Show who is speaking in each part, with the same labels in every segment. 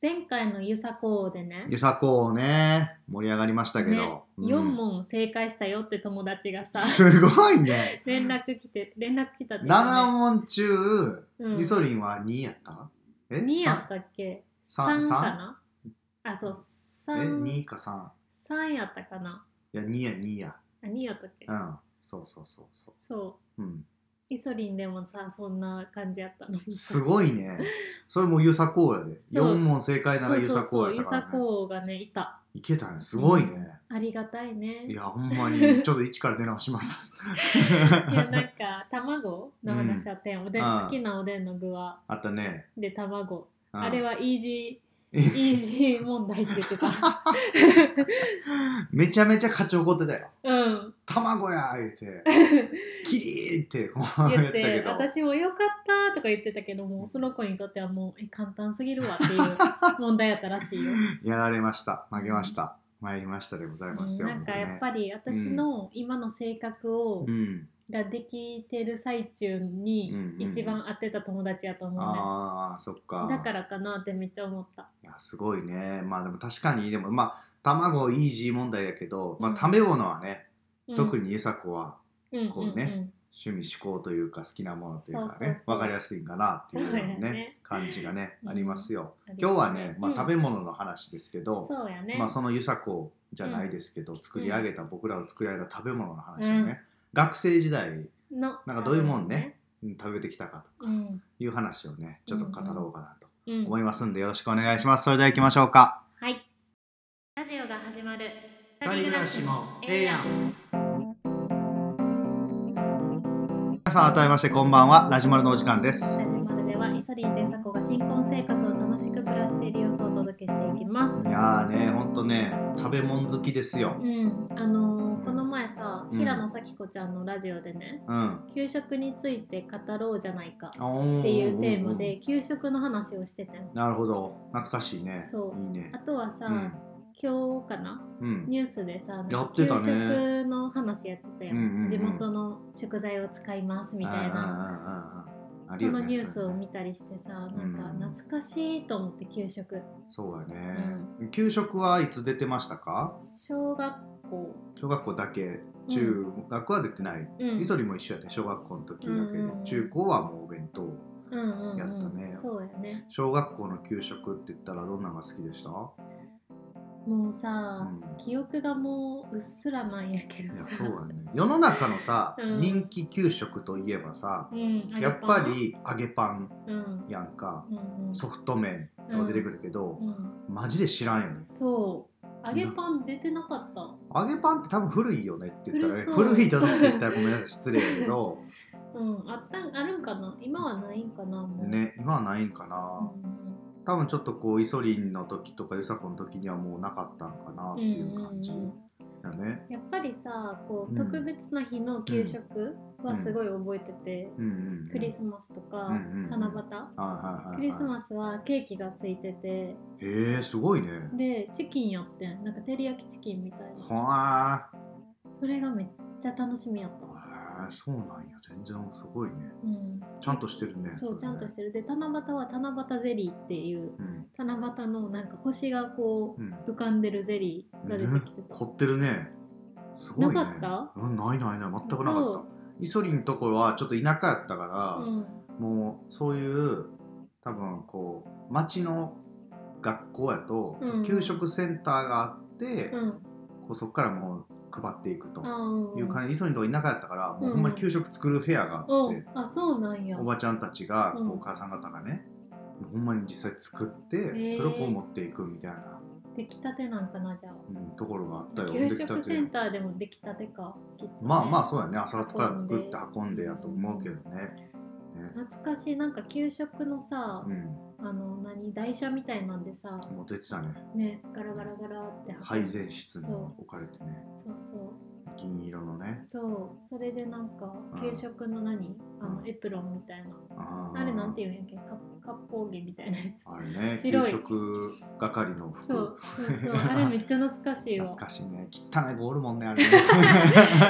Speaker 1: 前回のゆさこでね
Speaker 2: ゆさこね、盛り上がりましたけど。
Speaker 1: ね
Speaker 2: うん
Speaker 1: 4問正解したよって友達がさ
Speaker 2: すご いね。
Speaker 1: 連絡来て連絡来たっていうか
Speaker 2: 7問中、
Speaker 1: うん
Speaker 2: リソリンは2やったえ
Speaker 1: 2やったっけ
Speaker 2: ?3?
Speaker 1: 3か
Speaker 2: 3?
Speaker 1: なあそう
Speaker 2: え、
Speaker 1: 3
Speaker 2: 2か
Speaker 1: 3やったかな
Speaker 2: 3? いや、2や、2や。
Speaker 1: あ2やったっけ
Speaker 2: うん。そうそうそうそ
Speaker 1: そう
Speaker 2: う。うん。
Speaker 1: イソリンでもさそんな感じやったのに
Speaker 2: すごいね。それもゆさこやで。
Speaker 1: そう
Speaker 2: 4問正解ならゆ
Speaker 1: そ
Speaker 2: さ
Speaker 1: うそ
Speaker 2: こ
Speaker 1: うそう
Speaker 2: や
Speaker 1: ユ
Speaker 2: った
Speaker 1: サ
Speaker 2: からね。
Speaker 1: コがねいた
Speaker 2: いけたね。すごいね。
Speaker 1: ありがたいね
Speaker 2: いや、ほん まに、ちょっと一から出直します。
Speaker 1: いやなんか卵の話あったやん、おでん
Speaker 2: ああ
Speaker 1: 好きなおでんの具は
Speaker 2: あったね。
Speaker 1: で卵
Speaker 2: うん
Speaker 1: あれ はイージーイージー問題って言ってた
Speaker 2: めちゃめちゃ勝ち怒ってたよ。
Speaker 1: うん
Speaker 2: 卵や言 うて、キリーってこう
Speaker 1: 言っ
Speaker 2: やったけ
Speaker 1: て
Speaker 2: ど。
Speaker 1: 私も「よかった」とか言ってたけどもその子にとってはもうえ簡単すぎるわっていう問題やったらし いよ、
Speaker 2: やられました。負けました。参りましたでございますよ。
Speaker 1: なんかやっ
Speaker 2: り。
Speaker 1: ぱり私の今の性格を、
Speaker 2: うん。
Speaker 1: ができてる最中
Speaker 2: う
Speaker 1: に
Speaker 2: んうんうん
Speaker 1: 一番合ってた友達やと思うね、
Speaker 2: ああ、そっか。
Speaker 1: だからかなってめっちゃ思った
Speaker 2: いやすごいね。まあでも確かに、でもまあ、卵イージー問題だけど、ま
Speaker 1: う
Speaker 2: あ
Speaker 1: ん
Speaker 2: 食べ物はね、特
Speaker 1: に
Speaker 2: にゆさこはこうね趣味嗜好というか好きなものというか
Speaker 1: そうそ
Speaker 2: ね
Speaker 1: う、そう
Speaker 2: わかりやすいかなっていうような
Speaker 1: そうやね
Speaker 2: ね、感じがね、
Speaker 1: うん
Speaker 2: ありますよ。今日はね、まあ食べ
Speaker 1: 物
Speaker 2: 物の話ですけど、
Speaker 1: そうやね、
Speaker 2: まあそのゆさこじゃないですけど、作り上げた僕らを作り上げた食べ物の話をね、学生時代
Speaker 1: の
Speaker 2: なんかどういうもんねうん食べてきたかと
Speaker 1: う
Speaker 2: か
Speaker 1: ん、
Speaker 2: いう話をねちょっと語ろうかなと
Speaker 1: うん、
Speaker 2: 思いますんでよろしくお願いしますそれでは行きましょうか
Speaker 1: はいラジオが始まる
Speaker 2: ん皆さん改めましてこんばんはラジマルのお時間で
Speaker 1: ラ
Speaker 2: す
Speaker 1: ジマルではイソリンとイサコが新婚生活を楽しく暮らしている様子をお届けしていきます
Speaker 2: いやーねほんとね食べ物好きですよ
Speaker 1: うんあのーこの前さ
Speaker 2: うん
Speaker 1: 平野咲子ちゃんのラジオでね、
Speaker 2: うん
Speaker 1: 給食について語ろうじゃないか
Speaker 2: っ
Speaker 1: っていうテーマで給食の話をしてたよ
Speaker 2: なるほど懐かしいね
Speaker 1: そう
Speaker 2: いいね
Speaker 1: あとはさ、
Speaker 2: うん
Speaker 1: 今日かな
Speaker 2: うん
Speaker 1: ニュースでさ
Speaker 2: やってたね
Speaker 1: 給食の話やってたよ、
Speaker 2: うんうんうん
Speaker 1: 地元の食材を使いますみたいな
Speaker 2: なあ
Speaker 1: そ
Speaker 2: るよ
Speaker 1: の
Speaker 2: ね
Speaker 1: ニュースを
Speaker 2: それね
Speaker 1: 見たりしてさなん
Speaker 2: うん
Speaker 1: か懐かしいと思って給食
Speaker 2: そうだね、給食はいつ出てましたか
Speaker 1: 小学校
Speaker 2: 小学校だけ中学は出てない、
Speaker 1: うん
Speaker 2: イソリも一緒やね小学校の時だけで、
Speaker 1: うん
Speaker 2: 中高はもうお弁当
Speaker 1: うんうんうん
Speaker 2: やったね
Speaker 1: そうやね
Speaker 2: 小学校の給食って言ったらどんなのが好きでした、う
Speaker 1: もうさ、
Speaker 2: ん、
Speaker 1: 記憶がもううっすらなんやけ
Speaker 2: い
Speaker 1: ど
Speaker 2: や
Speaker 1: さ
Speaker 2: そうだね世の中のさ、
Speaker 1: うん
Speaker 2: 人気給食といえばさ
Speaker 1: うん、
Speaker 2: やっぱ、り揚げパン
Speaker 1: うん
Speaker 2: やんか
Speaker 1: うんうん、
Speaker 2: ソフト麺とか出てくるけど
Speaker 1: う、ん、
Speaker 2: マジで知らんよね
Speaker 1: そう揚げパン出てなかった、
Speaker 2: 揚げパンって多分古いよねって言ったらね
Speaker 1: 古そう
Speaker 2: 古いよねって言ったらごめんなさい失礼やけ ど
Speaker 1: うん、あったんあるんかな今はないんかなもう、
Speaker 2: ね今はないんか
Speaker 1: う
Speaker 2: な、
Speaker 1: ん
Speaker 2: 多分ちょっとこうイソリンの時とかユサコの時にはもうなかったんかなっていう感じ
Speaker 1: うんうん
Speaker 2: だね
Speaker 1: やっぱりさこう、
Speaker 2: うん
Speaker 1: 特別な日の給食はすごい覚えてて、
Speaker 2: うんうんうん
Speaker 1: クリスマスとか、
Speaker 2: うんうんうん
Speaker 1: 七夕、
Speaker 2: はいはいはいはい
Speaker 1: クリスマスはケーキがついてて
Speaker 2: へえすごいね
Speaker 1: でチキンやってんなんか照り焼きチキンみたいな
Speaker 2: はあ
Speaker 1: それがめっちゃ楽しみやったわ、
Speaker 2: へえそうなんや全然すごいね
Speaker 1: うん、
Speaker 2: ちゃんとしてるね
Speaker 1: そうちゃんとしててるで七夕は七夕ゼリーっていう
Speaker 2: うん
Speaker 1: 七夕のなんか星がこ
Speaker 2: うん
Speaker 1: う浮かんでるゼリーが出てきてた、
Speaker 2: 凝ってるねすごいね
Speaker 1: なかった
Speaker 2: うんないないない全くなか
Speaker 1: そ
Speaker 2: った
Speaker 1: う
Speaker 2: イソリンのところはちょっと田舎やったから、
Speaker 1: うん
Speaker 2: もうそういう多分こう町の学校やと、
Speaker 1: うん
Speaker 2: 給食センターがあって、
Speaker 1: うん
Speaker 2: こうそこからもう配っていくという
Speaker 1: あ
Speaker 2: 感じ、磯にとこ田舎やったからもううんほんまに給食作るフェアがあっ
Speaker 1: お
Speaker 2: て、
Speaker 1: あそうなんや
Speaker 2: おばちゃんたちがこう
Speaker 1: うん
Speaker 2: お母さん方がね、ほんまに実際作って、
Speaker 1: ー
Speaker 2: それをこう持っていくみたいな、
Speaker 1: 出来たてなんかなじゃあ
Speaker 2: うんところがあったよ
Speaker 1: 給
Speaker 2: できた
Speaker 1: 食
Speaker 2: て
Speaker 1: センターでも出来たてか、きっとね
Speaker 2: まあまあそうやね朝から作って運んでやと思うけどね。ね
Speaker 1: 懐かしいなんか給食のさ、
Speaker 2: うん、
Speaker 1: あの何台車みたいなんでさ
Speaker 2: もう出てたね
Speaker 1: ねガラガラガラって運ん
Speaker 2: 配膳室に
Speaker 1: そ
Speaker 2: 置かれてね
Speaker 1: そうそう
Speaker 2: 銀色のね
Speaker 1: そうそれでなんか
Speaker 2: うん
Speaker 1: 給食の何、あ
Speaker 2: う
Speaker 1: の
Speaker 2: ん
Speaker 1: エプロンみたいな、
Speaker 2: あー
Speaker 1: あれなんていうんやっけか割烹着みたいなやつ
Speaker 2: あれね
Speaker 1: 白い
Speaker 2: 給食係の服
Speaker 1: そうそうそうあれめっちゃ懐かしいわ
Speaker 2: 懐かしいね汚い子おるもんね あれね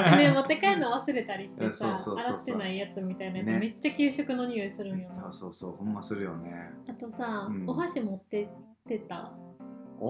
Speaker 1: あれ持って帰るの忘れたりして
Speaker 2: そ
Speaker 1: さ
Speaker 2: うそうそうそう
Speaker 1: 洗ってないやつみたいなやつ、
Speaker 2: ね
Speaker 1: めっちゃ給食の匂いするんよ
Speaker 2: そうそうほんまするよね
Speaker 1: あとさ、
Speaker 2: うん
Speaker 1: お箸持ってっってた、
Speaker 2: あー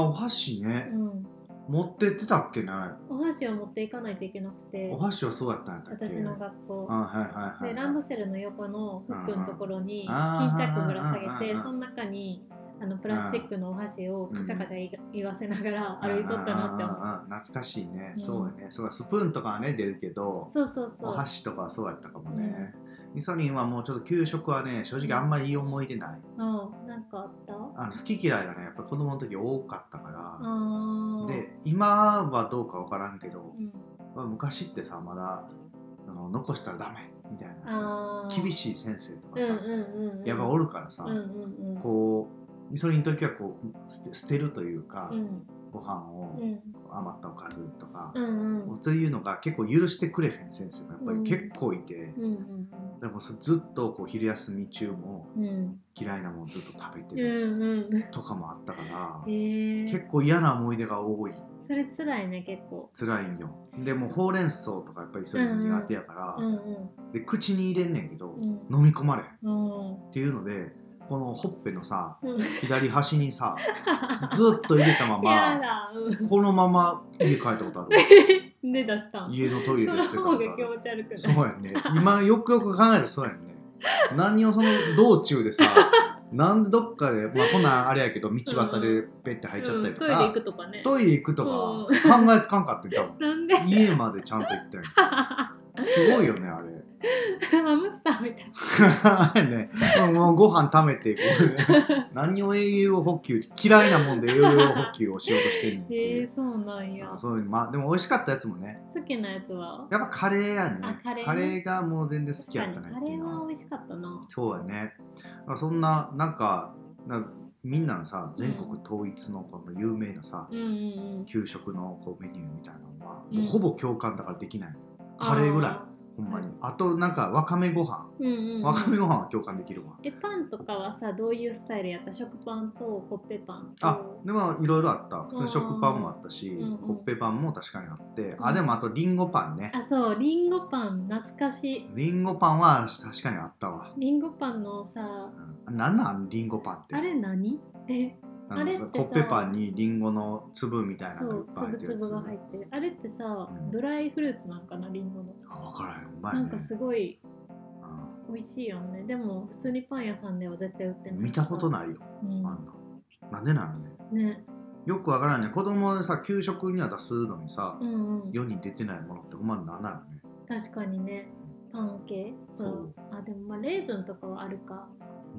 Speaker 2: お箸
Speaker 1: う
Speaker 2: ね、
Speaker 1: ん、
Speaker 2: 持ってってたっけね
Speaker 1: お箸を持っていかないといけなくて
Speaker 2: お箸はそうだったんだっけ
Speaker 1: 私の学校
Speaker 2: あはいはいは
Speaker 1: で
Speaker 2: い
Speaker 1: ランドセルの横のフックのところに
Speaker 2: うんうん
Speaker 1: 巾着ぶら
Speaker 2: あ
Speaker 1: 下
Speaker 2: ー
Speaker 1: げ
Speaker 2: うんうんう
Speaker 1: て
Speaker 2: ん
Speaker 1: その中にあのプラスチックのお箸をカチャカチャ言い言わせながら歩いとったなって思う
Speaker 2: あーあーあー懐かしいね、
Speaker 1: うん
Speaker 2: そうだねそうだスプーンとかはね出るけど
Speaker 1: そうそうそ
Speaker 2: お
Speaker 1: う
Speaker 2: 箸とかはそうやったかもね、イソリンはもうちょっと給食はね正直あんまりいい思い出ない、
Speaker 1: うんなんかあったあ
Speaker 2: あの好き嫌いがねやっぱ子供の時多かったから、
Speaker 1: ー
Speaker 2: で今はどうか分からんけど
Speaker 1: う、ん
Speaker 2: まあ昔ってさまだあの残したらダメみたいな
Speaker 1: あ
Speaker 2: 厳
Speaker 1: し
Speaker 2: しい先生と
Speaker 1: う
Speaker 2: か
Speaker 1: ん
Speaker 2: さ、
Speaker 1: うんうん
Speaker 2: やっぱおるからさ、
Speaker 1: うんうんうん
Speaker 2: こうそれの時はこう捨て捨てるというか、
Speaker 1: うん
Speaker 2: ご飯
Speaker 1: う
Speaker 2: を
Speaker 1: ん
Speaker 2: 余ったおかずとか
Speaker 1: う、んうん
Speaker 2: というのが結構許してくれへん先生がやっぱ
Speaker 1: う
Speaker 2: り
Speaker 1: ん
Speaker 2: 結構いて、
Speaker 1: うんうん
Speaker 2: でもそずっとこう昼休み中も
Speaker 1: うんうん
Speaker 2: 嫌いなもんずっと食べて
Speaker 1: う
Speaker 2: る
Speaker 1: んうん
Speaker 2: とかもあったから、
Speaker 1: えー
Speaker 2: 結構嫌な思い出が多い
Speaker 1: それ辛いね結構
Speaker 2: 辛いんよでもうほうれん草とかやっぱりそういうの苦手やから、
Speaker 1: うんうん
Speaker 2: で口に入れんねんけど、
Speaker 1: うん
Speaker 2: 飲み込まれへんっ
Speaker 1: うん
Speaker 2: ていうのでこのほっぺのさ
Speaker 1: うん
Speaker 2: 左端 にさずっと入れたま
Speaker 1: や
Speaker 2: ま
Speaker 1: だうん
Speaker 2: このまま家帰ったことある
Speaker 1: で出したん
Speaker 2: 家のトイレで捨て
Speaker 1: そ
Speaker 2: た
Speaker 1: の
Speaker 2: こと
Speaker 1: 方
Speaker 2: あ
Speaker 1: が気
Speaker 2: る
Speaker 1: 持ち悪く
Speaker 2: そ
Speaker 1: な
Speaker 2: うやんね。今よくよく考えたらそうやんね。何をその道中でさ、 なんでどっかで、まあ、こんなんあれやけど、道端でペッて入
Speaker 1: い
Speaker 2: っちゃったりと
Speaker 1: トイレ
Speaker 2: か、
Speaker 1: 行くとかね
Speaker 2: トイレ行くとか考えつかんかって多分
Speaker 1: なんで
Speaker 2: 家までちゃんと行ったよ。
Speaker 1: ハ
Speaker 2: すごいよね、あれ
Speaker 1: ムスターみたい。
Speaker 2: あれ ね、もうご飯食べて いく。何を栄養補給、嫌いなもんで栄養補給をしようとしてるって
Speaker 1: へ
Speaker 2: い
Speaker 1: え
Speaker 2: う。
Speaker 1: そうなんや
Speaker 2: そういうまあ、でも美味しかったやつもね
Speaker 1: 好きなやつは
Speaker 2: やっぱカレーやね
Speaker 1: あカレーね
Speaker 2: がもう全然好きやったね
Speaker 1: カ
Speaker 2: ってい
Speaker 1: レ
Speaker 2: う
Speaker 1: ー
Speaker 2: のは
Speaker 1: は美味しかったな
Speaker 2: そうやねまあそんななんかなみんなのさ全国統一のこの有名なさ、
Speaker 1: うんうん
Speaker 2: 給食のこうメニューみたいなのは、
Speaker 1: うん
Speaker 2: もうほぼ共感だからできないカレーぐらいほんまにあとなんかわかめご飯
Speaker 1: いうんうん
Speaker 2: わかめご飯は共感できるわ、
Speaker 1: えパンとかはさどういうスタイルやった食パンとコッペパンと
Speaker 2: あでもいろいろあった普通
Speaker 1: うん
Speaker 2: に食パンもあったし、
Speaker 1: うんうん
Speaker 2: コッペパンも確かにあって、
Speaker 1: う
Speaker 2: あ
Speaker 1: ん
Speaker 2: でもあとりんごパンね
Speaker 1: あそうリンゴパン懐かしい
Speaker 2: りんごパンは確かにあったわ、
Speaker 1: リンゴパンのさ
Speaker 2: うん、なんなんりんごパンって
Speaker 1: あれ何え
Speaker 2: あの
Speaker 1: あれってさ
Speaker 2: コッペパンにりんごの粒みたいな
Speaker 1: そ
Speaker 2: のがいっ
Speaker 1: う
Speaker 2: ぱい入っ
Speaker 1: 粒
Speaker 2: てるやつ
Speaker 1: 々が入ってるあれってさ
Speaker 2: うん
Speaker 1: ドライフルーツなんかなリンゴの
Speaker 2: あ分からへんお前
Speaker 1: な
Speaker 2: ね
Speaker 1: んかすごい
Speaker 2: うん
Speaker 1: 美味しいよねでも普通にパン屋さんでは絶対売ってない
Speaker 2: 見たこと
Speaker 1: い、
Speaker 2: ないよ
Speaker 1: うん
Speaker 2: あんななんでなのね
Speaker 1: ね
Speaker 2: よく分からんね子供でさ給食には出すのにさ、
Speaker 1: うんうん
Speaker 2: 世に出てないものってほんまなんなのね
Speaker 1: 確かにねパン系そ
Speaker 2: そう
Speaker 1: うあでもまあレーズンとかはあるか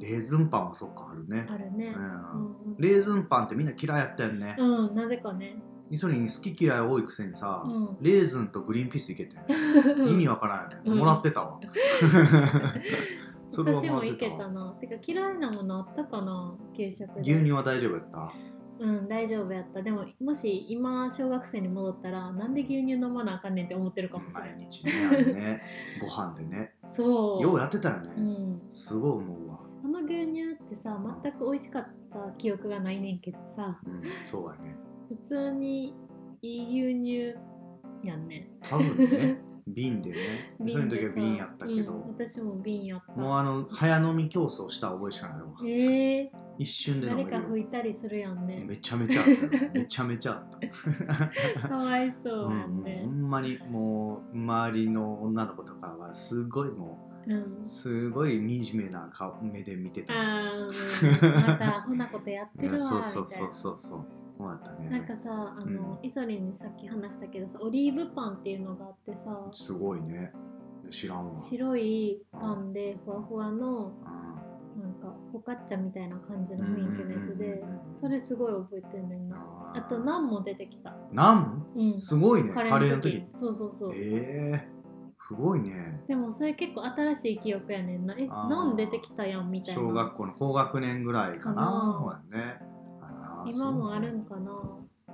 Speaker 2: レーズンパンはそっかあるね
Speaker 1: あるね
Speaker 2: う
Speaker 1: うんん
Speaker 2: レーズンパンってみんな嫌いやったよね、
Speaker 1: うん、うん、なぜかね
Speaker 2: イソリン好き嫌い多いくせにさ、
Speaker 1: うん
Speaker 2: レーズンとグリーンピースいけてん 意味わからんよね、
Speaker 1: うん
Speaker 2: もらってた わそれは
Speaker 1: 私
Speaker 2: も
Speaker 1: も
Speaker 2: らっ
Speaker 1: い
Speaker 2: て
Speaker 1: け
Speaker 2: た
Speaker 1: た
Speaker 2: わ
Speaker 1: なてか嫌いなものあったかな給食で
Speaker 2: 牛乳は大丈夫やった
Speaker 1: うん大丈夫やったでももし今小学生に戻ったらなんで牛乳飲まなあかんねんって思ってるかもしれない、
Speaker 2: 毎日ねあれ ねご飯でね
Speaker 1: そう
Speaker 2: ようやってたよね、
Speaker 1: うん、
Speaker 2: すごい思うわ、
Speaker 1: あの牛乳ってさ全く美味しかった記憶がないねんけどさ
Speaker 2: うん、そうやね
Speaker 1: 普通にいい牛乳やんね
Speaker 2: 多分 ね瓶でねそ
Speaker 1: 瓶
Speaker 2: の
Speaker 1: で
Speaker 2: 時
Speaker 1: さ
Speaker 2: は瓶やったけど、
Speaker 1: うん私も瓶やった
Speaker 2: もうあの早飲み競争した覚えしかないわ、
Speaker 1: ええ
Speaker 2: 一瞬で飲め
Speaker 1: 誰
Speaker 2: る
Speaker 1: か
Speaker 2: よ
Speaker 1: 拭いたりするやんね
Speaker 2: めちゃめちゃあった よめちゃめちゃあった
Speaker 1: かわいそうや
Speaker 2: うん
Speaker 1: ん
Speaker 2: うん
Speaker 1: ね
Speaker 2: ほんまにもう周りの女の子とかはすごいも
Speaker 1: うん
Speaker 2: うすごい惨めな顔目で見てた
Speaker 1: あー うんまたこんなことやって
Speaker 2: い
Speaker 1: るわ
Speaker 2: や
Speaker 1: み
Speaker 2: そうそう
Speaker 1: たい
Speaker 2: そう
Speaker 1: な
Speaker 2: そうそうそうだったね
Speaker 1: なんかさあの、イソリンにさっき話したけどさオリーブパンっていうのがあってさ
Speaker 2: すごいね知らんわ
Speaker 1: 白いパンでふわふわの
Speaker 2: うん
Speaker 1: なんかフォカッチャみたいな感じの雰囲気のやつで
Speaker 2: うんうんうんうん
Speaker 1: それすごい覚えてんねんな
Speaker 2: あ
Speaker 1: あとナンも出てきた
Speaker 2: なん
Speaker 1: うん
Speaker 2: すごいねカレーの時
Speaker 1: そうそうそう
Speaker 2: ええすごいね
Speaker 1: でもそれ結構新しい記憶やねんなえ
Speaker 2: あー
Speaker 1: ナン出てきたやんみたいな
Speaker 2: 小学校の高学年ぐらい
Speaker 1: か
Speaker 2: かな
Speaker 1: な
Speaker 2: そうやねあー
Speaker 1: 今もある
Speaker 2: そうね
Speaker 1: んかな